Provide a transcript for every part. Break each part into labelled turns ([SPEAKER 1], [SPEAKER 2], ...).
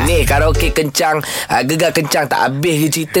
[SPEAKER 1] Ni karaoke kencang uh, Gegar kencang Tak habis ke cerita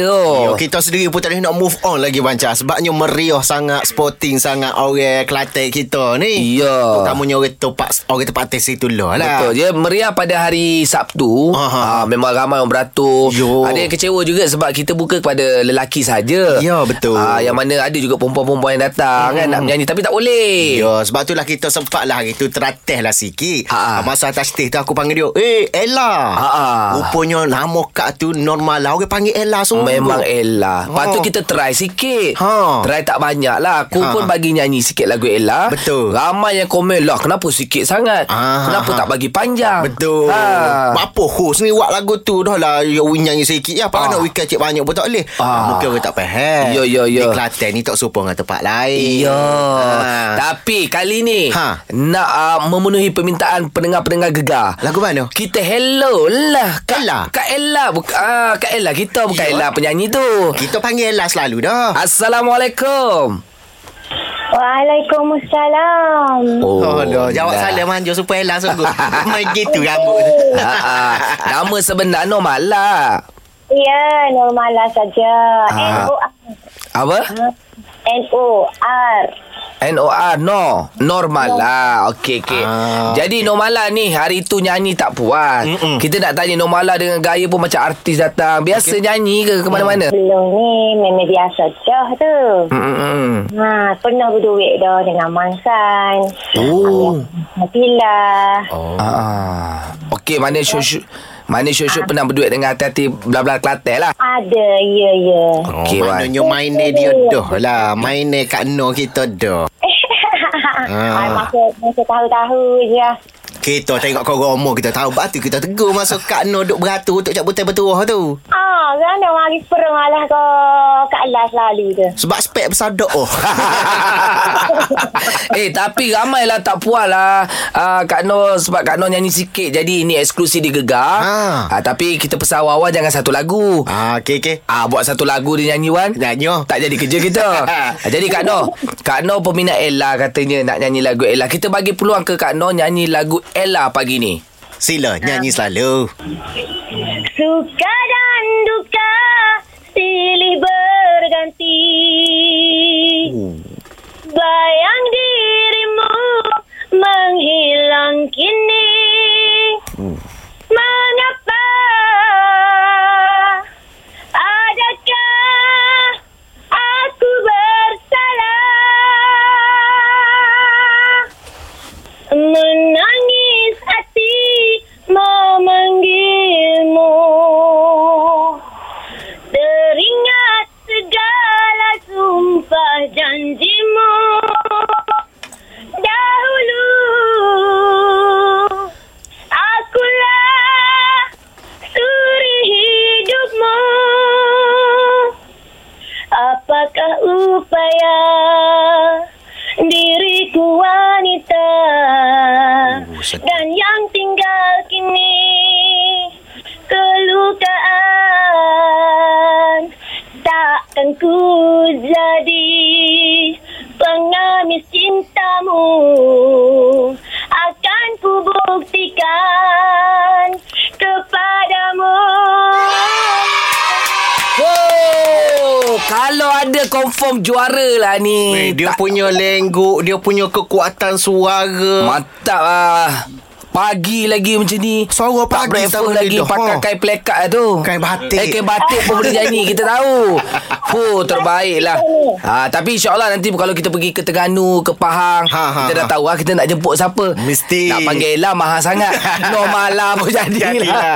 [SPEAKER 1] oh.
[SPEAKER 2] Oh. Kita sendiri pun tak boleh nak move on lagi Banca Sebabnya meriah sangat Sporting sangat Orang Kelantan kita ni
[SPEAKER 1] Ya.
[SPEAKER 2] Terutamanya orang tempat Orang tempat atas situ lah lah
[SPEAKER 1] Betul je Meriah pada hari Sabtu
[SPEAKER 2] Aha.
[SPEAKER 1] ha, Memang ramai orang beratur
[SPEAKER 2] Yo.
[SPEAKER 1] Ada yang kecewa juga Sebab kita buka kepada lelaki saja.
[SPEAKER 2] Ya, betul.
[SPEAKER 1] ha, Yang mana ada juga perempuan-perempuan yang datang hmm. kan, Nak menyanyi Tapi tak boleh
[SPEAKER 2] Ya, sebab tu lah kita sempat lah hari tu teratih lah sikit.
[SPEAKER 1] Ha.
[SPEAKER 2] Ha. Masa atas stage tu aku panggil dia, eh Ella.
[SPEAKER 1] Ha.
[SPEAKER 2] Rupanya nama kak tu normal lah. Orang panggil Ella semua.
[SPEAKER 1] Memang Ella Lepas tu
[SPEAKER 2] Oh.
[SPEAKER 1] kita try sikit
[SPEAKER 2] Ha.
[SPEAKER 1] Try tak banyak lah Aku
[SPEAKER 2] Ha.
[SPEAKER 1] pun bagi nyanyi sikit lagu Ella
[SPEAKER 2] Betul.
[SPEAKER 1] Ramai yang komen Lah kenapa sikit sangat
[SPEAKER 2] Ah,
[SPEAKER 1] Kenapa
[SPEAKER 2] ha.
[SPEAKER 1] tak bagi panjang
[SPEAKER 2] Betul. Ha. Apa host ni buat lagu tu dah lah yo nyanyi sikit ya. Pak
[SPEAKER 1] Ah.
[SPEAKER 2] ha. nak weekend cik banyak pun tak boleh.
[SPEAKER 1] Ah.
[SPEAKER 2] Ha. Mungkin orang tak faham.
[SPEAKER 1] Ya, ya, ya.
[SPEAKER 2] Di Kelantan ni tak serupa dengan tempat lain.
[SPEAKER 1] Ya.
[SPEAKER 2] Ha.
[SPEAKER 1] Tapi kali ni
[SPEAKER 2] Ha.
[SPEAKER 1] nak uh, memenuhi permintaan pendengar-pendengar gegar.
[SPEAKER 2] Lagu mana?
[SPEAKER 1] Kita hello lah Kak
[SPEAKER 2] Lah. Ella?
[SPEAKER 1] Kak Ella buka, ah, Kak Ella kita bukan
[SPEAKER 2] Ya.
[SPEAKER 1] Ella penyanyi tu
[SPEAKER 2] Kita panggil Ella selalu dah.
[SPEAKER 1] Assalamualaikum
[SPEAKER 3] Waalaikumsalam.
[SPEAKER 2] Oh, dah. Jawab
[SPEAKER 1] dah.
[SPEAKER 2] salam manja supaya Ella sungguh. Main gitu rambut tu.
[SPEAKER 1] Ah, ah. Nama sebenar normal lah
[SPEAKER 3] Ya, normal lah saja.
[SPEAKER 1] Ah.
[SPEAKER 3] N-O-R.
[SPEAKER 1] Apa?
[SPEAKER 3] N-O-R.
[SPEAKER 1] N-O-R No Normal lah Okey okey
[SPEAKER 2] Ah,
[SPEAKER 1] Jadi Normala ni Hari tu nyanyi tak puas
[SPEAKER 2] Mm-mm.
[SPEAKER 1] Kita nak tanya Normala dengan gaya pun Macam artis datang Biasa nyanyi ke ke mana-mana?
[SPEAKER 3] Belum ni memang biasa dah tu.
[SPEAKER 1] Mm-mm.
[SPEAKER 3] Ha, pernah berduit dah dengan Mansan.
[SPEAKER 1] Oh.
[SPEAKER 3] Natila.
[SPEAKER 2] Oh.
[SPEAKER 1] Ah. Okey, mana syuk-syuk mana syuk-syuk pernah berduet dengan hati-hati bla-bla Kelantan lah.
[SPEAKER 3] Ada, ya, ya.
[SPEAKER 1] Okey,
[SPEAKER 2] Okay,
[SPEAKER 1] Wan.
[SPEAKER 2] Oh, maknanya main dia, dia dah lah. Main dia Kak Noh kita dah.
[SPEAKER 3] Ah. Masa, masa tahu-tahu je.
[SPEAKER 2] Kita tengok korang umur kita tahu batu kita tegur masuk Kak Noh duk beratur untuk cap butai bertuah tu.
[SPEAKER 3] Ah, kerana mari perang alah ke Kak Ella selalu tu.
[SPEAKER 2] Sebab spek bersadok oh.
[SPEAKER 1] eh tapi ramai lah tak puas lah uh, Kak Noh sebab Kak Noh nyanyi sikit jadi ini eksklusif di Gegar
[SPEAKER 2] Ha.
[SPEAKER 1] Ah, tapi kita pesan awal-awal jangan satu lagu
[SPEAKER 2] ah, okey oh. okey.
[SPEAKER 1] Ah buat satu lagu dia nyanyi Wan
[SPEAKER 2] Nyanyo.
[SPEAKER 1] tak jadi kerja kita Ah, Jadi Kak Noh Kak Noh peminat Ella katanya Nak nyanyi lagu Ella Kita bagi peluang ke Kak Noh Nyanyi lagu Ella pagi ni
[SPEAKER 2] Sila nyanyi selalu.
[SPEAKER 3] Suka dan duka silih berganti Bayang dirimu menghilang kini Mengapa adakah aku bersalah Menangis hati memanggilmu Teringat segala sumpah janjimu Dahulu Akulah suri hidupmu Apakah upaya diriku wanita
[SPEAKER 2] Oh, sedap.
[SPEAKER 3] Dan yang tinggal kini Kelukaan Takkan ku jadi pengamis cintamu Akan ku buktikan kepadamu
[SPEAKER 1] Wow, kalau ada confirm juara lah ni.
[SPEAKER 2] Weh, dia punya lengguk, dia punya kekuatan suara.
[SPEAKER 1] mantap ah. Pagi lagi macam ni.
[SPEAKER 2] Suara
[SPEAKER 1] tak
[SPEAKER 2] pagi
[SPEAKER 1] breakfast
[SPEAKER 2] sama
[SPEAKER 1] lagi
[SPEAKER 2] dia dah.
[SPEAKER 1] pakai
[SPEAKER 2] Ha.
[SPEAKER 1] kain pelekat lah tu.
[SPEAKER 2] Kain batik.
[SPEAKER 1] Eh, kain batik pun boleh nyanyi. Kita tahu. Fuh, terbaik lah. Ha, tapi insyaAllah nanti kalau kita pergi ke Terengganu, ke Pahang.
[SPEAKER 2] Ha, ha,
[SPEAKER 1] kita dah
[SPEAKER 2] ha.
[SPEAKER 1] tahu lah kita nak jemput siapa.
[SPEAKER 2] Mesti.
[SPEAKER 1] Nak panggil Ella mahal sangat. Normal lah pun jadilah.
[SPEAKER 2] Jadilah.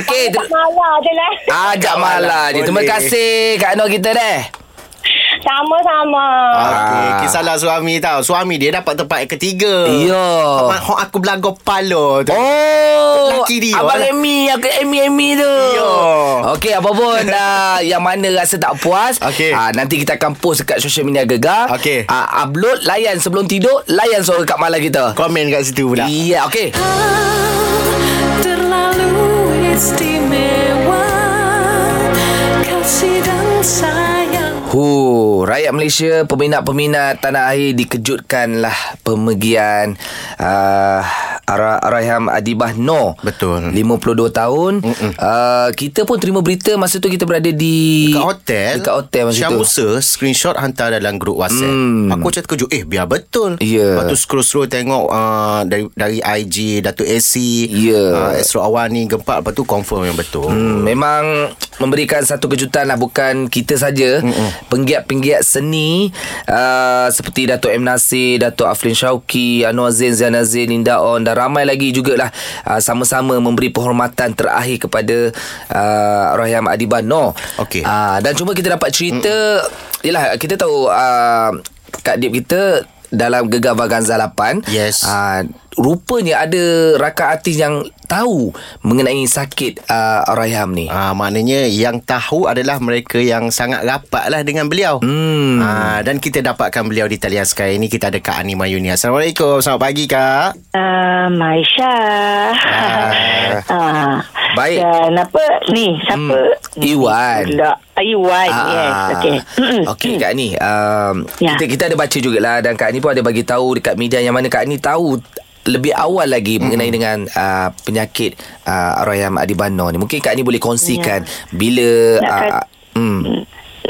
[SPEAKER 1] Okey. Ter-
[SPEAKER 3] Malah je lah.
[SPEAKER 1] ajak malah je. Terima
[SPEAKER 2] Boleh.
[SPEAKER 1] kasih Kak Noh kita deh.
[SPEAKER 3] Sama-sama.
[SPEAKER 2] Okey,
[SPEAKER 1] Ah.
[SPEAKER 2] kisahlah suami tau. Suami dia dapat tempat yang ketiga.
[SPEAKER 1] Ya.
[SPEAKER 2] Abang, hok aku belaga pala tu.
[SPEAKER 1] Oh
[SPEAKER 2] Lelaki dia
[SPEAKER 1] Abang
[SPEAKER 2] lah.
[SPEAKER 1] Amy Aku Amy Amy tu
[SPEAKER 2] Yo.
[SPEAKER 1] Okey apa pun uh, Yang mana rasa tak puas
[SPEAKER 2] Okey.
[SPEAKER 1] ah, Nanti kita akan post Dekat social media Gegar
[SPEAKER 2] Okey.
[SPEAKER 1] Ah, Upload Layan sebelum tidur Layan suara Kak Mala kita
[SPEAKER 2] Komen kat situ pula.
[SPEAKER 1] Iya okey
[SPEAKER 4] Terlalu istimewa kasih dan sayang.
[SPEAKER 1] Hu, rakyat Malaysia, peminat-peminat tanah air dikejutkanlah pemergian uh, Ar- Arham Adibah Noor.
[SPEAKER 2] Betul.
[SPEAKER 1] 52 tahun. Uh, kita pun terima berita masa tu kita berada di
[SPEAKER 2] Dekat hotel
[SPEAKER 1] Dekat hotel masa
[SPEAKER 2] Syah
[SPEAKER 1] tu.
[SPEAKER 2] Musa Screenshot hantar dalam grup whatsapp
[SPEAKER 1] Hmm.
[SPEAKER 2] Aku macam terkejut Eh biar betul
[SPEAKER 1] Ya.
[SPEAKER 2] Lepas tu scroll-scroll tengok uh, Dari dari IG Datuk AC
[SPEAKER 1] Ya.
[SPEAKER 2] uh, Astro Awani Gempak Lepas tu confirm yang betul
[SPEAKER 1] Hmm, memang memberikan satu kejutan lah bukan kita saja penggiat-penggiat seni uh, seperti Dato' M Nasir, Dato' Aflin Syauki, Anwar Zain, Zain Azin, Linda On dan ramai lagi jugalah uh, sama-sama memberi penghormatan terakhir kepada uh, Rahyam Adiban Noor.
[SPEAKER 2] Okey.
[SPEAKER 1] Uh, dan cuma kita dapat cerita yalah kita tahu uh, Kak Dip kita dalam Gegar Vaganza 8
[SPEAKER 2] Yes.
[SPEAKER 1] uh, Ah, rupanya ada rakan artis yang tahu mengenai sakit uh, Arayham ni.
[SPEAKER 2] Ah, maknanya yang tahu adalah mereka yang sangat rapat lah dengan beliau.
[SPEAKER 1] Hmm.
[SPEAKER 2] Ah, dan kita dapatkan beliau di talian sekarang ini. Kita ada Kak Ani Mayuni. Assalamualaikum. Selamat pagi, Kak.
[SPEAKER 3] Uh, Maisha.
[SPEAKER 2] Ah.
[SPEAKER 3] Ah.
[SPEAKER 1] Baik.
[SPEAKER 3] Dan apa ni? Siapa?
[SPEAKER 1] Hmm, Iwan. Oh,
[SPEAKER 3] Pula. Ah, Iwan. yes. Okay.
[SPEAKER 1] Okey Kak Ni um,
[SPEAKER 3] Ya.
[SPEAKER 1] kita, kita ada baca jugalah Dan Kak Ni pun ada bagi tahu Dekat media yang mana Kak Ni tahu lebih awal lagi mengenai dengan uh, penyakit uh, Arayam Adibano ni. Mungkin Kak Ni boleh kongsikan bila
[SPEAKER 3] Ya. Nak
[SPEAKER 1] uh,
[SPEAKER 3] kat-
[SPEAKER 1] hmm,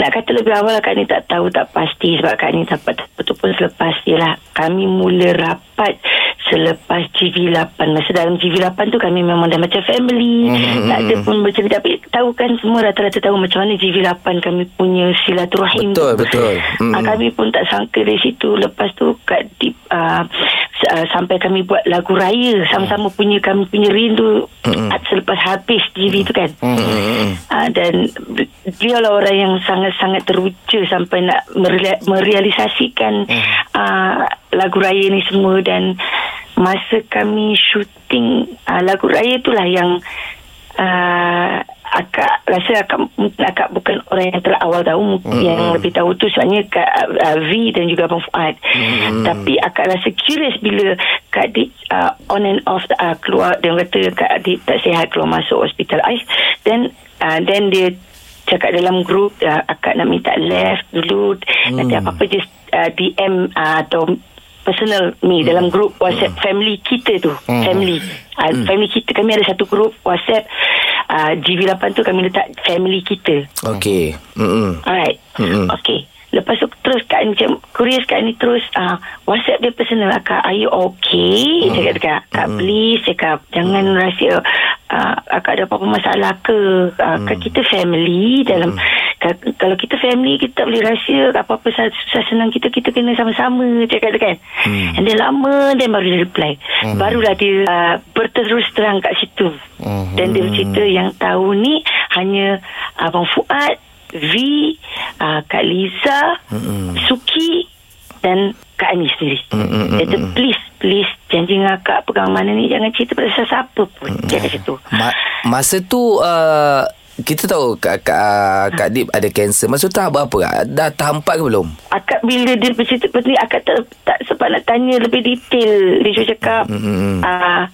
[SPEAKER 3] Nak kata lebih awal Kak Ni tak tahu tak pasti Sebab Kak Ni dapat betul pun selepas Yelah kami mula rapat Selepas GV8 Masa dalam GV8 tu kami memang dah macam family
[SPEAKER 1] Mhm,
[SPEAKER 3] mm-hmm. Tak ada pun macam Tapi tahu kan semua rata-rata tahu Macam mana GV8 kami punya silaturahim
[SPEAKER 1] Betul,
[SPEAKER 3] tu.
[SPEAKER 1] betul. Mhm.
[SPEAKER 3] Ah,
[SPEAKER 1] Mm-mm.
[SPEAKER 3] Kami pun tak sangka dari situ Lepas tu Kak Dip uh, Sampai kami buat lagu raya Sama-sama
[SPEAKER 1] Mhm.
[SPEAKER 3] punya kami punya rindu Selepas habis GV tu kan
[SPEAKER 1] hmm,
[SPEAKER 3] Ah, dan dia lah orang yang sangat-sangat teruja sampai nak mereali- merealisasikan ah, lagu raya ni semua dan masa kami syuting ah, lagu raya itulah yang ah, akak rasa akak mungkin akak bukan orang yang terawal tahu mungkin yang lebih tahu tu sebenarnya Kak uh, V dan juga Abang Fuad tapi akak rasa curious bila Kak Dik ah, on and off ah, keluar dia orang kata Kak Dik tak sihat keluar masuk hospital ICE then Ah, Then dia cakap dalam grup uh, akak nak minta left dulu hmm. nanti apa-apa just uh, DM uh, atau personal me hmm. dalam grup WhatsApp hmm. family kita tu hmm. family uh, hmm. family kita kami ada satu grup WhatsApp uh, GV8 tu kami letak family kita
[SPEAKER 1] Okey. Hmm.
[SPEAKER 3] Alright.
[SPEAKER 1] Mm-mm.
[SPEAKER 3] Mm-hmm. Okay. Lepas tu terus Kak Ani macam Curious Kak Ani terus uh, Whatsapp dia personal lah Kak Are you okay
[SPEAKER 1] Hmm.
[SPEAKER 3] mm. Cakap dekat Kak mm. please Cakap jangan mm. rahsia uh, Akak ada apa-apa masalah ke uh,
[SPEAKER 1] Hmm.
[SPEAKER 3] mm. Kita family Dalam Kak, Kalau kita family Kita tak boleh rahsia Apa-apa sa- susah senang kita Kita kena sama-sama Cakap dekat
[SPEAKER 1] Hmm.
[SPEAKER 3] mm. And then lama Then baru dia reply mm. Barulah dia uh, Berterus terang kat situ
[SPEAKER 1] Hmm.
[SPEAKER 3] mm. Dan dia cerita yang tahu ni Hanya Abang Fuad V, uh, Kak Liza, Mm-mm. Suki dan Kak Ani sendiri. Dia kata, please, please, janji dengan Kak pegang mana ni, jangan cerita pada sesiapa pun. Dia kata tu.
[SPEAKER 1] Ma- masa tu uh, kita tahu Kak, ah, Kak,
[SPEAKER 3] Ah.
[SPEAKER 1] Kak Dip ada kanser. Masa tu tahap berapa? Dah tahap empat ke belum?
[SPEAKER 3] Akak bila dia bercerita benda ni, akak tak, tak sempat nak tanya lebih detail. Dia cuma cakap, uh,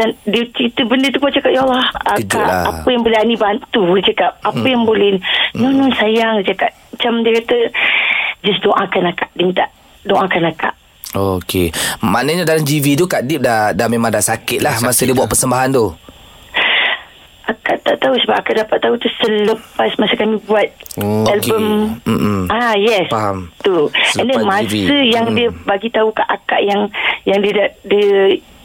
[SPEAKER 3] dia cerita benda tu pun cakap, Ya Allah,
[SPEAKER 1] Kejut
[SPEAKER 3] akak,
[SPEAKER 1] lah.
[SPEAKER 3] apa yang boleh Ani bantu? Dia cakap, apa yang boleh? No, no, sayang. Dia cakap, macam dia kata, just doakan akak. Dia minta, doakan akak.
[SPEAKER 1] Okey. Maknanya dalam GV tu Kak Dip dah dah memang dah sakit lah
[SPEAKER 2] Dah
[SPEAKER 1] masa dia
[SPEAKER 2] sakit
[SPEAKER 1] buat
[SPEAKER 2] dah.
[SPEAKER 1] persembahan tu.
[SPEAKER 3] Akak tak tahu sebab akak dapat tahu tu selepas masa kami buat
[SPEAKER 1] Oh, okey.
[SPEAKER 3] album.
[SPEAKER 1] Mm-mm.
[SPEAKER 3] Ah yes.
[SPEAKER 1] Faham.
[SPEAKER 3] Tu. And then
[SPEAKER 1] Selepas
[SPEAKER 3] masa
[SPEAKER 1] GV.
[SPEAKER 3] yang
[SPEAKER 1] Mm.
[SPEAKER 3] dia bagi tahu kat akak yang yang dia dah- dia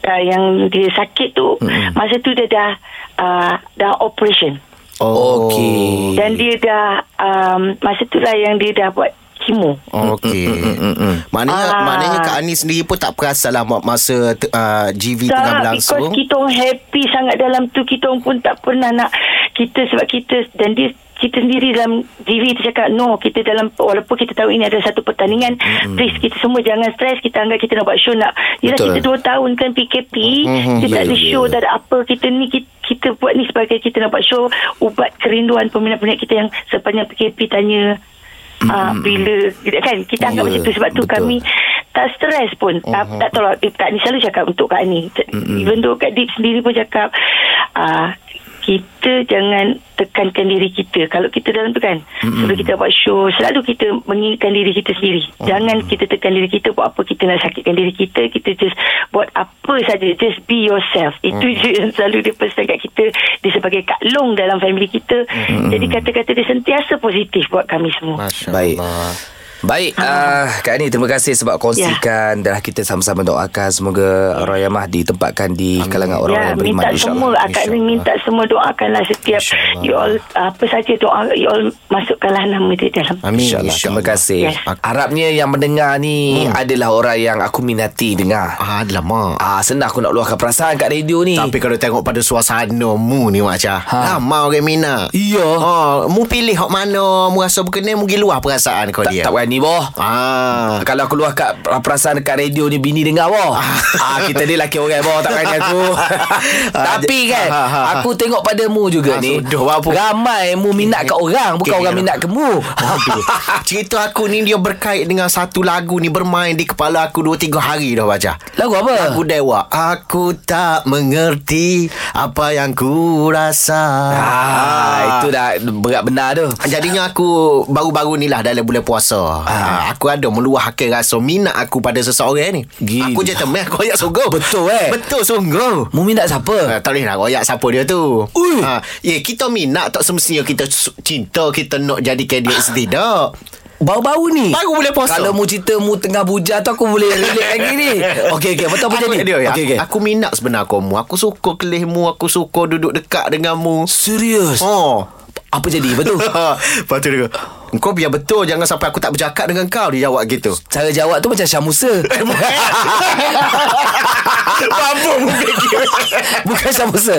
[SPEAKER 3] uh, yang dia sakit tu masa tu dia dah uh, dah operation.
[SPEAKER 1] Okey.
[SPEAKER 3] Dan dia dah um, masa tu lah yang dia dah buat kemo.
[SPEAKER 2] Okey. mm, Maknanya
[SPEAKER 3] Ah.
[SPEAKER 2] maknanya Kak Ani sendiri pun tak perasan lah ma- masa te- uh, GV tengah
[SPEAKER 3] Tak, lah,
[SPEAKER 2] berlangsung.
[SPEAKER 3] because kita orang happy sangat dalam tu kita orang pun tak pernah nak kita sebab kita dan dia kita sendiri dalam TV tu cakap no kita dalam walaupun kita tahu ini ada satu pertandingan mm-hmm. please kita semua jangan stres kita anggap kita nak buat show nak yelah
[SPEAKER 1] Hmm. Betul.
[SPEAKER 3] kita dua tahun kan PKP mm-hmm. kita
[SPEAKER 1] Ya,
[SPEAKER 3] tak ada
[SPEAKER 1] ya,
[SPEAKER 3] show
[SPEAKER 1] ya.
[SPEAKER 3] tak ada apa kita ni kita, kita buat ni sebagai kita nak buat show ubat kerinduan peminat-peminat kita yang sepanjang PKP tanya Ah, bila kan kita
[SPEAKER 1] Hmm.
[SPEAKER 3] anggap
[SPEAKER 1] Ya,
[SPEAKER 3] macam tu sebab tu
[SPEAKER 1] betul.
[SPEAKER 3] kami tak stres pun uh-huh. tak, tak tahu lah Kak ni selalu cakap untuk Kak ni mm-hmm. even though Kak Deep sendiri pun cakap uh, kita jangan tekankan diri kita kalau kita dalam tu kan mm-hmm. sebelum kita buat show selalu kita mengingatkan diri kita sendiri mm-hmm. jangan kita tekan diri kita buat apa kita nak sakitkan diri kita kita just buat apa saja just be yourself itu mm-hmm. je yang selalu dia pesan kat kita dia sebagai kak long dalam family kita mm-hmm. jadi kata-kata dia sentiasa positif buat kami semua
[SPEAKER 2] Masya
[SPEAKER 1] Baik.
[SPEAKER 2] Allah.
[SPEAKER 1] Baik,
[SPEAKER 2] Ah.
[SPEAKER 1] uh, Kak Ani terima kasih
[SPEAKER 2] Ya.
[SPEAKER 1] sebab kongsikan dan kita sama-sama doakan semoga Raya Mahdi tempatkan di kalangan
[SPEAKER 2] Ya,
[SPEAKER 1] orang-orang yang beriman
[SPEAKER 3] Ya, minta semua
[SPEAKER 1] insya-Allah.
[SPEAKER 3] akak ni minta semua doakanlah setiap
[SPEAKER 2] InsyaAllah.
[SPEAKER 3] you all apa saja doa you all masukkanlah nama dia dalam
[SPEAKER 2] Amin
[SPEAKER 1] InsyaAllah. Terima
[SPEAKER 2] Allah. Ya. Hmm.
[SPEAKER 1] kasih.
[SPEAKER 3] Yes.
[SPEAKER 1] Harapnya yang mendengar ni adalah orang yang aku minati dengar.
[SPEAKER 2] Ah, lama.
[SPEAKER 1] Ah, senang aku nak luahkan perasaan kat radio ni.
[SPEAKER 2] Tapi kalau tengok pada suasana mu ni Mak Cah
[SPEAKER 1] Ha.
[SPEAKER 2] ha. Lama orang Mina
[SPEAKER 1] iya.
[SPEAKER 2] Oh, mu pilih hak mana Mu rasa berkenan Mu pergi luar perasaan kau
[SPEAKER 1] Tak,
[SPEAKER 2] dia
[SPEAKER 1] tak berani boh.
[SPEAKER 2] Ah.
[SPEAKER 1] Kalau aku luah kat perasaan dekat radio ni bini dengar boh. ah kita ni laki orang boh tak berani aku. Tapi kan
[SPEAKER 2] Ah, ah, ah.
[SPEAKER 1] aku tengok pada mu juga
[SPEAKER 2] Ah,
[SPEAKER 1] ni.
[SPEAKER 2] sudah, apa?
[SPEAKER 1] Ramai mu minat kat orang bukan
[SPEAKER 2] Okey,
[SPEAKER 1] orang
[SPEAKER 2] okey.
[SPEAKER 1] minat ke mu.
[SPEAKER 2] Aduh. Cerita aku ni dia berkait dengan satu lagu ni bermain di kepala aku 2 3 hari dah baca.
[SPEAKER 1] Lagu apa?
[SPEAKER 2] Lagu Dewa. Aku tak mengerti apa yang ku rasa.
[SPEAKER 1] Ah, itu dah berat benar tu.
[SPEAKER 2] Jadinya aku baru-baru ni lah dalam bulan puasa.
[SPEAKER 1] Ah.
[SPEAKER 2] Ha. Aku ada meluahkan rasa minat aku pada seseorang ni.
[SPEAKER 1] Gila.
[SPEAKER 2] Aku je teman aku royak sungguh.
[SPEAKER 1] Betul, eh?
[SPEAKER 2] Betul sungguh.
[SPEAKER 1] Mu minat siapa?
[SPEAKER 2] Ha, tak boleh nak royak siapa dia tu
[SPEAKER 1] Ui.
[SPEAKER 2] ha, Ya kita minat Tak semestinya kita su- cinta Kita nak jadikan dia Tidak
[SPEAKER 1] Baru-baru ni
[SPEAKER 2] Baru boleh puasa.
[SPEAKER 1] Kalau mu cerita mu tengah buja tu Aku boleh relate lagi ni Okey okey Betul apa
[SPEAKER 2] Aku-
[SPEAKER 1] jadi
[SPEAKER 2] dia, ya.
[SPEAKER 1] Okey
[SPEAKER 2] aku,
[SPEAKER 1] okey
[SPEAKER 2] aku minat sebenarnya kamu. Aku suka kelihmu, aku suka duduk dekat denganmu.
[SPEAKER 1] Serius
[SPEAKER 2] Oh.
[SPEAKER 1] Apa jadi Betul
[SPEAKER 2] Lepas tu dia kata, Kau biar betul Jangan sampai aku tak bercakap dengan kau Dia jawab gitu
[SPEAKER 1] Cara jawab tu macam Syah Musa
[SPEAKER 2] Eh, Mampu mungkin
[SPEAKER 1] Bukan Syah Musa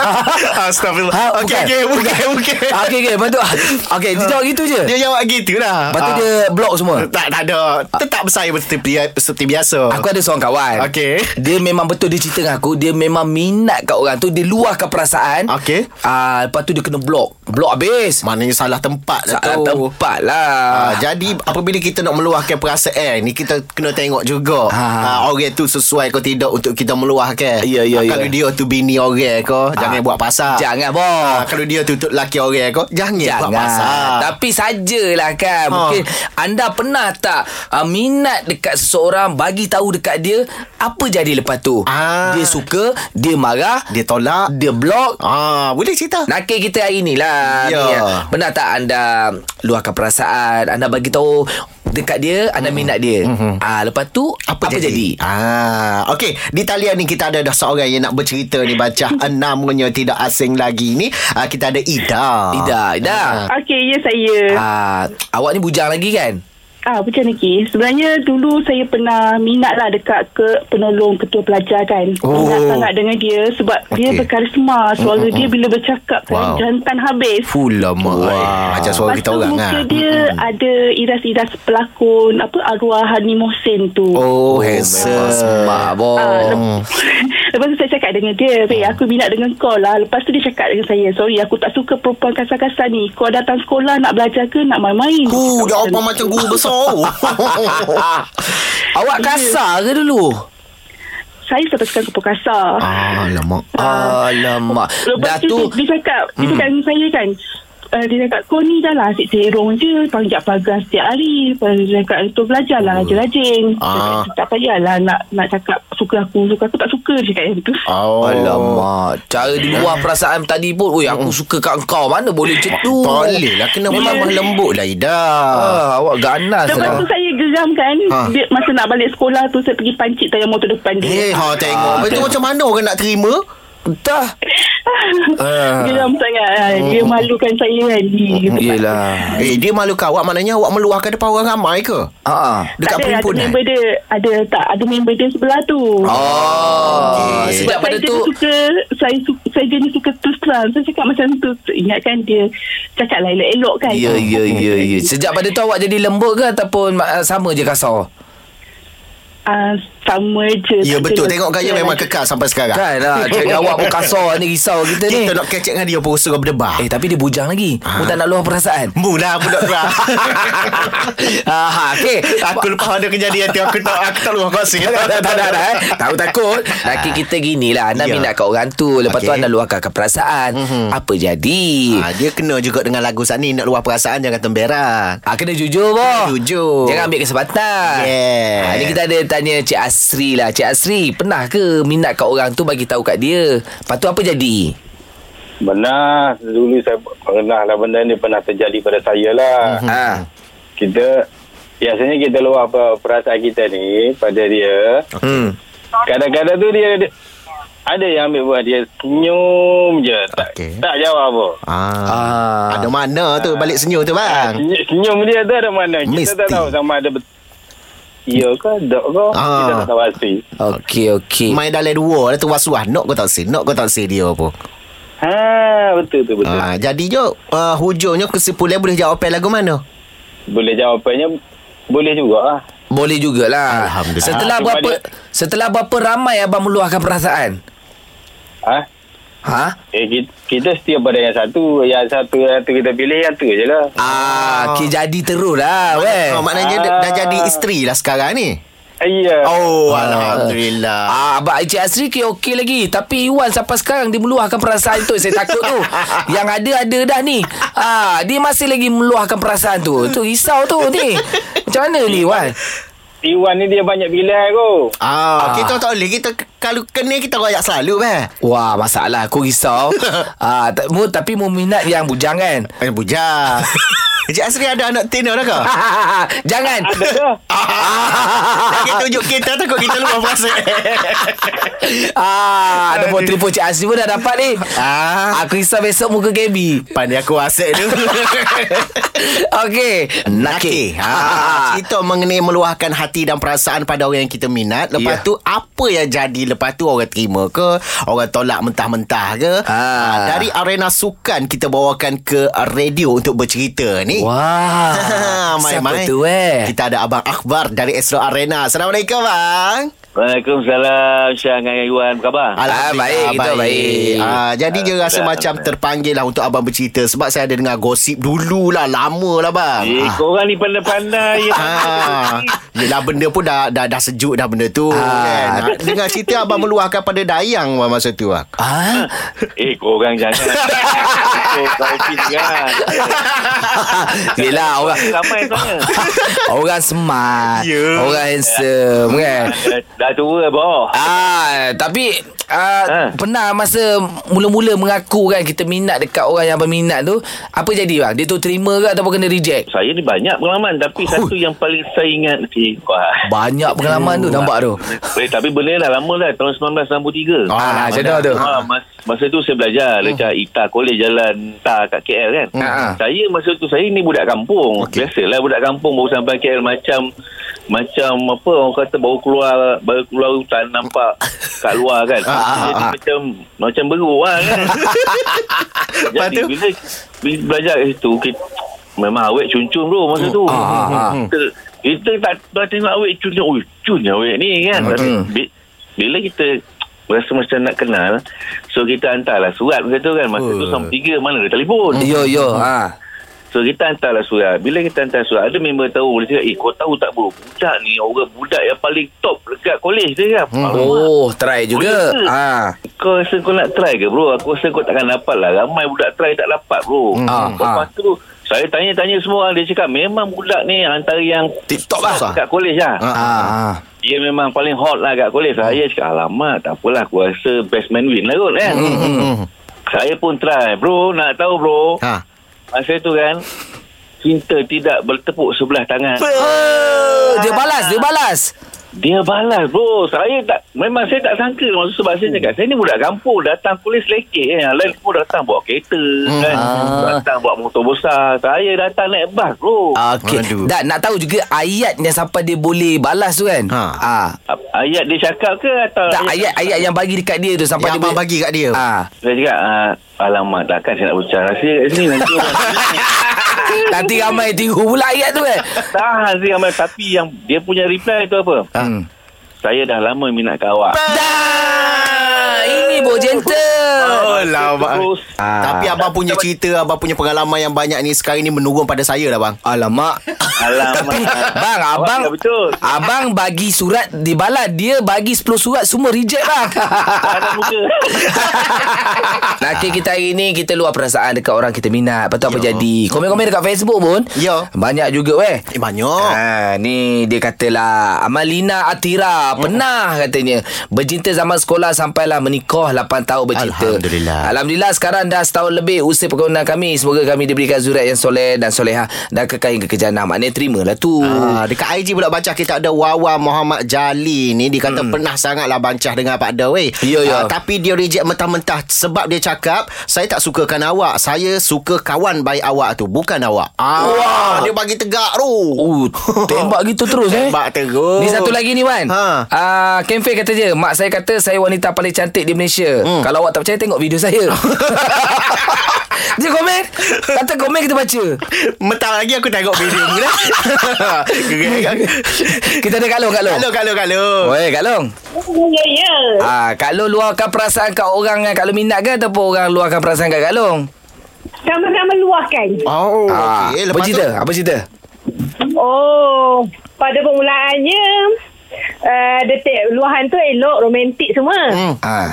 [SPEAKER 1] Ha,
[SPEAKER 2] Astagfirullah Okey
[SPEAKER 1] bukan.
[SPEAKER 2] okey Bukan bukan
[SPEAKER 1] Okey okey Lepas tu Okey dia jawab gitu je
[SPEAKER 2] Dia jawab gitu lah
[SPEAKER 1] Lepas tu dia block semua
[SPEAKER 2] Tak tak ada Tetap bersaing seperti, bi- seperti biasa
[SPEAKER 1] Aku ada seorang kawan
[SPEAKER 2] Okey.
[SPEAKER 1] Dia memang betul dia cerita dengan aku Dia memang minat kat orang tu Dia luahkan perasaan
[SPEAKER 2] Okey.
[SPEAKER 1] Ah, Lepas tu dia kena block Block habis
[SPEAKER 2] Maknanya salah tempat dah
[SPEAKER 1] Saat
[SPEAKER 2] tu.
[SPEAKER 1] tempat lah
[SPEAKER 2] Ah, jadi apabila kita nak meluahkan perasaan eh, ni kita kena tengok juga
[SPEAKER 1] Ah.
[SPEAKER 2] ah. orang tu sesuai ke tidak untuk kita meluahkan.
[SPEAKER 1] Ya, ya,
[SPEAKER 2] Ah,
[SPEAKER 1] ya.
[SPEAKER 2] Kalau dia tu bini orang ke Ah. jangan buat pasal.
[SPEAKER 1] Jangan boh
[SPEAKER 2] Ah, kalau dia tu tu laki orang ke jangan, buat pasal.
[SPEAKER 1] Jangan Tapi sajalah kan
[SPEAKER 2] Ha.
[SPEAKER 1] Mungkin anda pernah tak uh, Minat dekat seseorang Bagi tahu dekat dia Apa jadi lepas tu
[SPEAKER 2] Ah.
[SPEAKER 1] Dia suka Dia marah
[SPEAKER 2] dia tolak.
[SPEAKER 1] Dia block
[SPEAKER 2] Ah, boleh cerita.
[SPEAKER 1] Nakir kita hari ni lah
[SPEAKER 2] Ya.
[SPEAKER 1] Mia. Pernah tak anda Luahkan perasaan Anda bagi tahu Dekat dia Anda
[SPEAKER 2] Hmm.
[SPEAKER 1] minat dia Ah, Lepas tu Apa, apa jadi?
[SPEAKER 2] Ah, okey, di talian ni kita ada dah seorang yang nak bercerita ni baca namanya tidak asing lagi ni. Ah, kita ada Ida.
[SPEAKER 1] Ida Ida
[SPEAKER 5] Okey, ya saya.
[SPEAKER 1] ah, Awak ni bujang lagi kan?
[SPEAKER 5] Ah, macam ni, Ki. Sebenarnya dulu saya pernah minat lah dekat ke penolong ketua pelajar kan.
[SPEAKER 2] Oh.
[SPEAKER 5] Minat sangat dengan dia sebab okay. dia
[SPEAKER 2] Okey.
[SPEAKER 5] berkarisma. Suara dia bila bercakap
[SPEAKER 2] Wow.
[SPEAKER 5] kan, jantan habis.
[SPEAKER 2] Pula mak. Wah, macam suara
[SPEAKER 5] Lepas
[SPEAKER 2] kita
[SPEAKER 5] tu
[SPEAKER 2] orang
[SPEAKER 5] muka
[SPEAKER 2] ah.
[SPEAKER 5] dia ada iras-iras pelakon apa arwah Hani Mohsin tu.
[SPEAKER 2] Oh,
[SPEAKER 1] memang Smart boh
[SPEAKER 5] Ah, lep- Lepas tu saya cakap dengan dia Weh aku minat dengan kau lah Lepas tu dia cakap dengan saya Sorry aku tak suka perempuan kasar-kasar ni Kau datang sekolah nak belajar ke Nak main-main
[SPEAKER 2] Oh,
[SPEAKER 5] Dia cakap
[SPEAKER 2] jawapan macam guru besar.
[SPEAKER 1] Awak kasar ke dulu?
[SPEAKER 5] Saya sampai sekarang kepala kasar
[SPEAKER 2] Ah. Alamak.
[SPEAKER 1] Alamak Dah
[SPEAKER 5] Lepas
[SPEAKER 1] tu
[SPEAKER 5] tu dia, dia cakap Dia cakap dengan saya kan uh, Dia cakap kau ni dah lah Asyik serong je Panjat pagar setiap hari Lepas tu Dia cakap tu belajar lah Rajin-rajin Dia cakap,
[SPEAKER 2] Ah.
[SPEAKER 5] Tak payahlah nak nak cakap Suka aku Suka aku tak suka Dia cakap macam tu
[SPEAKER 2] Oh.
[SPEAKER 1] Alamak Cara di luar perasaan tadi pun Oi aku suka kat kau Mana boleh macam tu
[SPEAKER 2] Tak boleh lah Kena
[SPEAKER 5] Memang-
[SPEAKER 2] memang lembut lah Ida
[SPEAKER 1] ah, Awak ganas
[SPEAKER 5] Lepas
[SPEAKER 1] lah
[SPEAKER 5] tu saya geram kan
[SPEAKER 2] Ha.
[SPEAKER 5] dia, Masa nak balik sekolah tu Saya pergi pancit tayar motor depan dia
[SPEAKER 2] Eh ha tengok Lepas tu macam mana orang nak terima
[SPEAKER 1] Entah
[SPEAKER 5] Geram sangat ah. Dia malukan saya kan Dia-
[SPEAKER 1] Ah, Yelah
[SPEAKER 2] Eh dia malu kau awak Maknanya awak meluahkan depan orang ramai ke
[SPEAKER 1] Ah,
[SPEAKER 5] tak ada, ada
[SPEAKER 2] Dekat perhimpunan
[SPEAKER 5] member dia Ada tak Ada member dia sebelah tu
[SPEAKER 1] Ah, Oh,
[SPEAKER 2] Okey.
[SPEAKER 1] sejak pada
[SPEAKER 5] saya
[SPEAKER 1] tu
[SPEAKER 5] jenis suka saya suka, saya jenis suka terus terang. Saya cakap macam tu ingatkan dia cakap lah elok-elok kan.
[SPEAKER 1] Ya, ya, ya, ya. Sejak pada tu awak jadi lembut ke ataupun ah, sama je kasar?
[SPEAKER 5] Uh, sama je tak lah.
[SPEAKER 2] Ya betul
[SPEAKER 5] kena
[SPEAKER 2] Tengok gaya
[SPEAKER 5] kira
[SPEAKER 2] memang
[SPEAKER 5] lagi.
[SPEAKER 2] kekal sampai sekarang
[SPEAKER 1] Kan lah Cakap awak pun kasar ni Risau kita ni
[SPEAKER 2] Ya. Kita nak kecek dengan dia Pun suruh berdebar
[SPEAKER 1] Eh tapi dia bujang lagi Mu tak nak luar perasaan
[SPEAKER 2] Mula budak tu
[SPEAKER 1] Ah, okey.
[SPEAKER 2] Aku lepas ada kejadian tu Aku tak Aku tak luar kongsi
[SPEAKER 1] tak tak tak, tak, tak, eh. Tahu takut Laki kita gini lah Anda yeah.
[SPEAKER 2] Ya.
[SPEAKER 1] minat kat orang tu Lepas okay. tu
[SPEAKER 2] Okey. Mhm.
[SPEAKER 1] anda luahkan ke perasaan mm-hmm. Apa jadi
[SPEAKER 2] Ah, dia kena juga dengan lagu saat ni Nak luar perasaan Jangan temberan
[SPEAKER 1] ah. Kena jujur boh
[SPEAKER 2] Jujur.
[SPEAKER 1] Jangan ambil kesempatan
[SPEAKER 2] Yeah.
[SPEAKER 1] ah, Ni kita ada tanya Cik Asri lah Cik Asri Pernah ke minat kat orang tu Bagi tahu kat dia Lepas tu apa jadi
[SPEAKER 6] Benar, dulu saya pernah lah benda ni pernah terjadi pada saya lah.
[SPEAKER 2] Mhm.
[SPEAKER 1] ah.
[SPEAKER 6] Kita, biasanya kita luar apa perasaan kita ni pada dia.
[SPEAKER 1] Hmm.
[SPEAKER 6] Kadang-kadang tu dia, dia ada yang ambil buat dia senyum je. Tak,
[SPEAKER 2] Okey.
[SPEAKER 6] tak jawab apa.
[SPEAKER 2] Ah.
[SPEAKER 1] Ah.
[SPEAKER 2] Ada mana tu balik senyum tu bang?
[SPEAKER 6] Senyum, senyum dia tu ada mana? Kita tak
[SPEAKER 2] Mesti.
[SPEAKER 6] tahu sama ada betul. Ya ke, tak ke? Kita
[SPEAKER 2] Ah.
[SPEAKER 6] tak tahu pasti.
[SPEAKER 1] Okey okey
[SPEAKER 2] Main dalam dua lah tu was-was Nak kau tak si Nak kau tak si dia pun
[SPEAKER 6] Ha, betul tu, betul.
[SPEAKER 2] ah, Jadi je uh, Hujungnya kesimpulan boleh jawab lagu mana?
[SPEAKER 6] Boleh jawapannya, boleh juga lah.
[SPEAKER 1] Boleh jugalah
[SPEAKER 2] Alhamdulillah.
[SPEAKER 1] Setelah
[SPEAKER 6] Ah,
[SPEAKER 1] berapa
[SPEAKER 6] cuma
[SPEAKER 1] Setelah berapa ramai Abang meluahkan perasaan
[SPEAKER 6] Ha?
[SPEAKER 1] Ha?
[SPEAKER 6] Eh, kita, kita setia pada yang satu. Yang satu yang tu kita pilih, yang tu je lah.
[SPEAKER 1] Ah, okay, jadi terus lah weh.
[SPEAKER 2] Oh, maknanya dah, dah jadi isteri lah sekarang ni
[SPEAKER 6] Iya.
[SPEAKER 2] Oh Alhamdulillah
[SPEAKER 1] Ah, Abang Encik Asri okay, okey lagi Tapi Iwan sampai sekarang Dia meluahkan perasaan tu Saya takut tu Yang ada-ada dah ni ah, Dia masih lagi meluahkan perasaan tu Tu risau tu ni Macam mana ni Iwan
[SPEAKER 6] Iwan ni dia banyak pilihan kot.
[SPEAKER 2] Ah, kita tak boleh kita kalau kena kita royak selalu eh. beh.
[SPEAKER 1] Wah masalah aku risau ah, tak, mu, Tapi mu minat yang bujang kan
[SPEAKER 2] Eh bujang. Encik Asri ada anak tina dah ke?
[SPEAKER 1] Jangan
[SPEAKER 6] Ada ke?
[SPEAKER 2] Kita tunjuk kita takut kita lupa puasa.
[SPEAKER 1] ah, Ada pun telefon Cik Asri pun dah dapat ni
[SPEAKER 2] ah,
[SPEAKER 1] Aku risau besok muka KB
[SPEAKER 2] pandai aku asyik tu.
[SPEAKER 1] Okey
[SPEAKER 2] Naki.
[SPEAKER 1] Naki
[SPEAKER 2] Ha, cerita mengenai meluahkan hati dan perasaan pada orang yang kita minat. Lepas
[SPEAKER 1] Ya.
[SPEAKER 2] tu apa yang jadi? Lepas tu orang terima ke? Orang tolak mentah-mentah ke?
[SPEAKER 1] Ha.
[SPEAKER 2] Ah, dari arena sukan kita bawakan ke radio untuk bercerita ni.
[SPEAKER 1] Wah
[SPEAKER 2] mai,
[SPEAKER 1] Siapa
[SPEAKER 2] mai.
[SPEAKER 1] tu eh
[SPEAKER 2] Ah, Kita ada Abang Akbar dari Astro Arena. Assalamualaikum, Bang.
[SPEAKER 7] Waalaikumsalam Syah dengan Iwan Apa khabar?
[SPEAKER 1] Ah, baik, kita baik.
[SPEAKER 2] Ah, jadi dia rasa macam terpanggil lah untuk abang bercerita sebab saya ada dengar gosip dulu lah, lama lah bang.
[SPEAKER 7] Eh,
[SPEAKER 2] Ah.
[SPEAKER 7] korang ni pandai-pandai.
[SPEAKER 2] Ah, yelah benda pun dah, dah dah sejuk dah benda tu ah. kan. Dengar cerita abang meluahkan pada dayang bang, masa tu bang.
[SPEAKER 1] Ah,
[SPEAKER 7] eh, korang jangan. Eh, Kau kopi kan.
[SPEAKER 1] yelah orang
[SPEAKER 7] Ramai sana.
[SPEAKER 1] orang smart, yeah. orang handsome kan.
[SPEAKER 7] Eh, Dah tua, boh.
[SPEAKER 1] Ah, tapi uh,
[SPEAKER 7] Ha.
[SPEAKER 1] pernah masa mula-mula mengaku kan kita minat dekat orang yang berminat tu, apa jadi bang? Dia tu terima ke ataupun kena reject?
[SPEAKER 7] Saya ni banyak pengalaman Tapi
[SPEAKER 2] Oh.
[SPEAKER 7] satu yang paling saya ingat eh, wah.
[SPEAKER 1] Banyak pengalaman tu nampak tu.
[SPEAKER 7] Eh, tapi benda ni dah lama lah Tahun 1993
[SPEAKER 1] Ah,
[SPEAKER 2] Ah,
[SPEAKER 1] macam
[SPEAKER 2] mana? Hmm.
[SPEAKER 1] tu tu.
[SPEAKER 7] Ha, mas, masa tu saya belajar Dekat ITA College Jalan Ta kat KL kan
[SPEAKER 1] Ha.
[SPEAKER 7] Saya masa tu Saya ni budak
[SPEAKER 2] Ah,
[SPEAKER 7] kampung
[SPEAKER 2] Okey.
[SPEAKER 7] okay. Biasalah budak kampung Baru sampai KL Macam Macam apa Orang kata baru keluar Baru keluar hutan Nampak Kat luar kan
[SPEAKER 2] Ah, ah,
[SPEAKER 7] Jadi
[SPEAKER 2] ah.
[SPEAKER 7] macam Macam beruk lah kan
[SPEAKER 2] Lepas
[SPEAKER 7] Jadi
[SPEAKER 2] tu?
[SPEAKER 7] bila, bila belajar kat situ kita, Memang awet cun-cun bro Masa
[SPEAKER 2] Hmm.
[SPEAKER 7] tu Hmm.
[SPEAKER 1] ah, ah, ah.
[SPEAKER 7] Kita, kita tak, tak tengok awet cun-cun Oh cun lah awet ni kan
[SPEAKER 1] Ah,
[SPEAKER 7] Tapi bi- Bila kita Rasa macam nak kenal So kita hantarlah surat Masa tu kan Masa tu
[SPEAKER 1] Oh.
[SPEAKER 7] sama tiga Mana ada telefon
[SPEAKER 1] Yo yo ha.
[SPEAKER 7] So kita hantarlah surat Bila kita hantar surat Ada member tahu Dia cakap Eh kau tahu tak bro Budak ni Orang budak yang paling top Dekat kolej dia kan Alamak,
[SPEAKER 1] Oh, try juga.
[SPEAKER 7] Boleh ke?
[SPEAKER 1] Ah.
[SPEAKER 7] Kau rasa kau nak try ke bro Aku rasa kau takkan dapat lah Ramai budak try tak dapat bro hmm.
[SPEAKER 1] Ah,
[SPEAKER 7] Lepas
[SPEAKER 1] ah.
[SPEAKER 7] tu Saya tanya-tanya semua orang, Dia cakap memang budak ni Antara yang
[SPEAKER 2] TikTok lah.
[SPEAKER 7] Kat kolej lah
[SPEAKER 2] Ah.
[SPEAKER 1] Ah. ah.
[SPEAKER 7] Dia memang paling hot lah kat kolej Saya cakap alamak Tak apalah Aku rasa best man win lah kot kan
[SPEAKER 2] Hmm.
[SPEAKER 7] Saya pun try Bro nak tahu bro
[SPEAKER 2] Ha.
[SPEAKER 7] Masa tu kan Cinta tidak bertepuk sebelah tangan
[SPEAKER 1] Eh, Dia balas, dia balas.
[SPEAKER 7] Dia balas bro Saya tak Memang saya tak sangka Maksud sebab saya cakap Saya ni budak kampung Datang kulis lekek eh. Yang lain semua datang bawa kereta hmm. kan?
[SPEAKER 1] Ah.
[SPEAKER 7] Datang bawa motor besar Saya datang naik bas bro ah.
[SPEAKER 1] Okey.
[SPEAKER 2] Aduh.
[SPEAKER 1] Dan nak tahu juga ayat yang sampai dia boleh balas tu kan?
[SPEAKER 2] Ha.
[SPEAKER 1] Ah.
[SPEAKER 7] Ayat dia cakap ke Atau
[SPEAKER 1] Tak ayat-ayat yang bagi dekat dia tu sampai
[SPEAKER 2] Yang
[SPEAKER 1] dia
[SPEAKER 2] abang bagi kat dia.
[SPEAKER 1] Ah.
[SPEAKER 7] Saya cakap ah, Alamak takkan saya nak berbicara Saya kat sini nanti orang
[SPEAKER 1] Nanti ramai tiru pula ayat tu kan.
[SPEAKER 2] Ah.
[SPEAKER 7] Tahan saya ramai Tapi yang dia punya reply tu apa
[SPEAKER 1] Hmm.
[SPEAKER 7] saya dah lama minat kat awak.
[SPEAKER 1] Dah Ini Bo Gentle
[SPEAKER 2] Oh, lama.
[SPEAKER 7] Terus.
[SPEAKER 1] Ah.
[SPEAKER 2] Tapi abang punya cerita, abang punya pengalaman yang banyak ni sekarang ni menurun pada saya lah bang.
[SPEAKER 1] Alamak
[SPEAKER 7] Alamak.
[SPEAKER 1] Bang
[SPEAKER 7] Awak
[SPEAKER 1] abang
[SPEAKER 7] dah betul.
[SPEAKER 1] Abang bagi surat Di balat Dia bagi 10 surat Semua reject bang
[SPEAKER 7] Ada muka.
[SPEAKER 1] Laki kita hari ni Kita luar perasaan Dekat orang kita minat Lepas tu apa jadi Komen-komen dekat Facebook pun
[SPEAKER 2] Ya.
[SPEAKER 1] Banyak juga weh
[SPEAKER 2] Eh banyak.
[SPEAKER 1] Ha, ni dia katalah Amalina Atira
[SPEAKER 2] Oh.
[SPEAKER 1] Pernah katanya Bercinta zaman sekolah Sampailah menikah 8 tahun bercinta
[SPEAKER 2] Alhamdulillah.
[SPEAKER 1] Alhamdulillah sekarang dah setahun lebih Usia perkahwinan kami Semoga kami diberikan zuriat yang soleh dan solehah Dan kekal hingga kejana Maknanya terimalah tu
[SPEAKER 2] Ah, dekat IG pula baca kita ada Wawa Muhammad Jali ni dia kata pernah sangatlah bancah dengan Pak Ada weh.
[SPEAKER 1] Hmm. Ya, ya.
[SPEAKER 2] Ah, tapi dia reject mentah-mentah sebab dia cakap saya tak sukakan awak. Saya suka kawan baik awak tu bukan awak. Ah, Wah. dia bagi tegak tu.
[SPEAKER 1] Oh, tembak gitu terus eh.
[SPEAKER 2] Tembak terus.
[SPEAKER 1] Ni satu lagi ni Wan.
[SPEAKER 2] Ha.
[SPEAKER 1] Ha. Uh, Kenfe kata je, mak saya kata saya wanita paling cantik di Malaysia. Hmm. Kalau awak tak percaya tengok video saya. Dia komen Kata komen kita baca
[SPEAKER 2] Mentah lagi aku tengok video ni lah.
[SPEAKER 1] Kita ada Kak Long Kak Long
[SPEAKER 2] Kalau kalau kalau.
[SPEAKER 1] Oi Kak Long
[SPEAKER 3] Ya, ya.
[SPEAKER 1] ah, Kak Long luahkan perasaan kat orang yang Kak Long minat ke Ataupun orang luahkan perasaan kat Kak Long
[SPEAKER 3] Sama-sama luahkan.
[SPEAKER 1] ah,
[SPEAKER 2] Oh, okey.
[SPEAKER 1] Apa
[SPEAKER 2] Lepas
[SPEAKER 1] cerita?
[SPEAKER 2] tu
[SPEAKER 1] Apa cerita?
[SPEAKER 3] Oh, pada permulaannya uh, detik luahan tu elok, romantik semua.
[SPEAKER 2] Hmm.
[SPEAKER 1] Ah.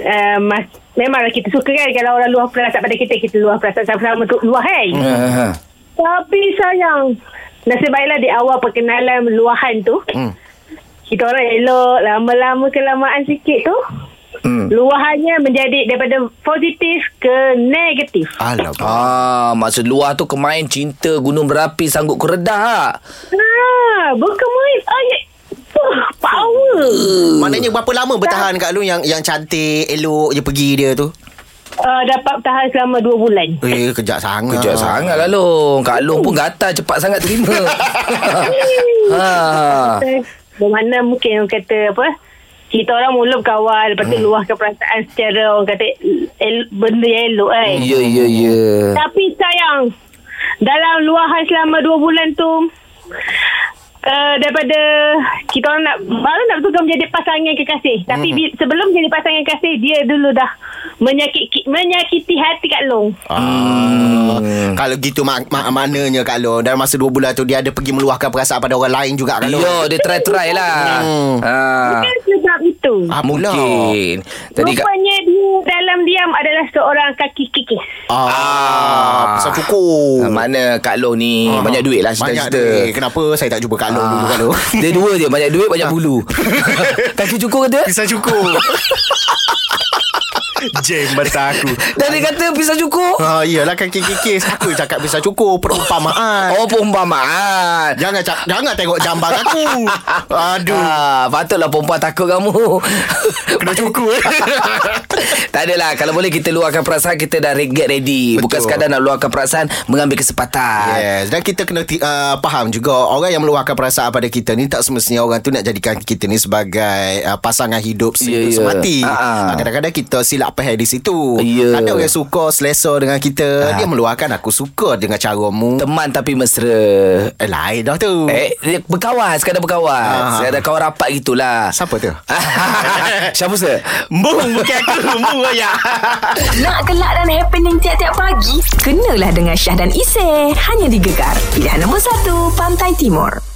[SPEAKER 3] Uh, mas, memanglah kita suka kan kalau orang luah perasaan pada kita, kita luah perasaan sama-sama untuk luah kan.
[SPEAKER 1] Ah.
[SPEAKER 3] Tapi sayang, nasib baiklah di awal perkenalan luahan tu,
[SPEAKER 2] Hmm.
[SPEAKER 3] kita orang elok, lama-lama kelamaan sikit tu,
[SPEAKER 1] Hmm.
[SPEAKER 3] luahannya menjadi daripada positif ke negatif.
[SPEAKER 2] Alamak.
[SPEAKER 1] Ah, maksud luar tu kemain cinta gunung berapi sanggup ah. ku redah.
[SPEAKER 3] Ha, bukan main. Ayat. Wah, power.
[SPEAKER 2] Maknanya berapa lama bertahan Kak Long yang yang cantik, elok je pergi dia tu?
[SPEAKER 3] Uh, dapat tahan selama 2 bulan.
[SPEAKER 2] Eh, kejap sangat.
[SPEAKER 1] Kejap sangat Kak Long Kak Long pun gatal cepat sangat terima ha.
[SPEAKER 3] Bermakna mungkin orang kata apa kita orang mula berkawan lepas tu hmm. luahkan perasaan secara orang kata el, benda yang elok kan
[SPEAKER 1] Ya ya ya
[SPEAKER 3] tapi sayang dalam luahan selama 2 bulan tu Uh, daripada kita orang nak baru nak tukar menjadi pasangan kekasih tapi
[SPEAKER 1] Hmm.
[SPEAKER 3] bi- sebelum jadi pasangan kekasih dia dulu dah menyakiti menyakiti hati Kak Long
[SPEAKER 2] Ah.
[SPEAKER 1] Hmm.
[SPEAKER 2] Kalau gitu mak, mak, maknanya Kak Long dalam masa 2 bulan tu dia ada pergi meluahkan perasaan pada orang lain juga Kak Long.
[SPEAKER 1] Yo Ya, dia try-try lah
[SPEAKER 2] Hmm.
[SPEAKER 1] ha.
[SPEAKER 3] kan sebab itu
[SPEAKER 2] Ah, pula.
[SPEAKER 1] Mungkin Tadi Kak
[SPEAKER 3] rupanya dia dalam diam adalah seorang kaki kikis
[SPEAKER 2] Ah, ah. pasal cukup.
[SPEAKER 1] Ha, Mana Kak Long ni
[SPEAKER 2] Ah.
[SPEAKER 1] Banyak duit lah
[SPEAKER 2] Banyak
[SPEAKER 1] cerita-cerita Ah.
[SPEAKER 2] duit. Kenapa saya tak jumpa Kak Long dulu Kak Long?
[SPEAKER 1] Dia dua je Banyak duit banyak bulu
[SPEAKER 2] Ah.
[SPEAKER 1] Kaki cukur kata
[SPEAKER 2] Kisah cukup. Jeng mata aku.
[SPEAKER 1] Dan dia kata pisah cukur
[SPEAKER 2] Ah, iyalah kan kikis. Aku cakap bisa cukup perumpamaan.
[SPEAKER 1] Oh perumpamaan
[SPEAKER 2] Jangan cak, jangan tengok jamban aku. Aduh.
[SPEAKER 1] Ah, patutlah perempuan takut kamu.
[SPEAKER 2] Kena cukup eh.
[SPEAKER 1] tak adalah Kalau boleh kita luahkan perasaan Kita dah re- get ready Betul. Bukan
[SPEAKER 2] Betul.
[SPEAKER 1] sekadar nak luahkan perasaan Mengambil kesempatan yeah.
[SPEAKER 2] Yes, dan kita kena ti- uh, faham juga orang yang meluahkan perasaan pada kita ni tak semestinya orang tu nak jadikan kita ni sebagai uh, pasangan hidup
[SPEAKER 1] Ya, ya.
[SPEAKER 2] sehidup yeah, semati.
[SPEAKER 1] Ha-ha.
[SPEAKER 2] Uh, Kadang-kadang kita silap pahal di situ.
[SPEAKER 1] Ya. Ah.
[SPEAKER 2] Ada orang yang suka selesa dengan kita, dia meluahkan aku suka dengan caramu.
[SPEAKER 1] Teman tapi mesra
[SPEAKER 2] eh, lain dah tu.
[SPEAKER 1] Eh, dia berkawan Sekadar berkawan
[SPEAKER 2] Ah.
[SPEAKER 1] Sekadar kawan rapat gitulah
[SPEAKER 2] Siapa tu?
[SPEAKER 1] Siapa sir?
[SPEAKER 2] Mung bukan aku, mung ya.
[SPEAKER 4] Nak kelak dan happening tiap-tiap pagi? Kenalah dengan Syah dan Isy. Hanya di Gegar. Pilihan nombor 1, Pantai Timur.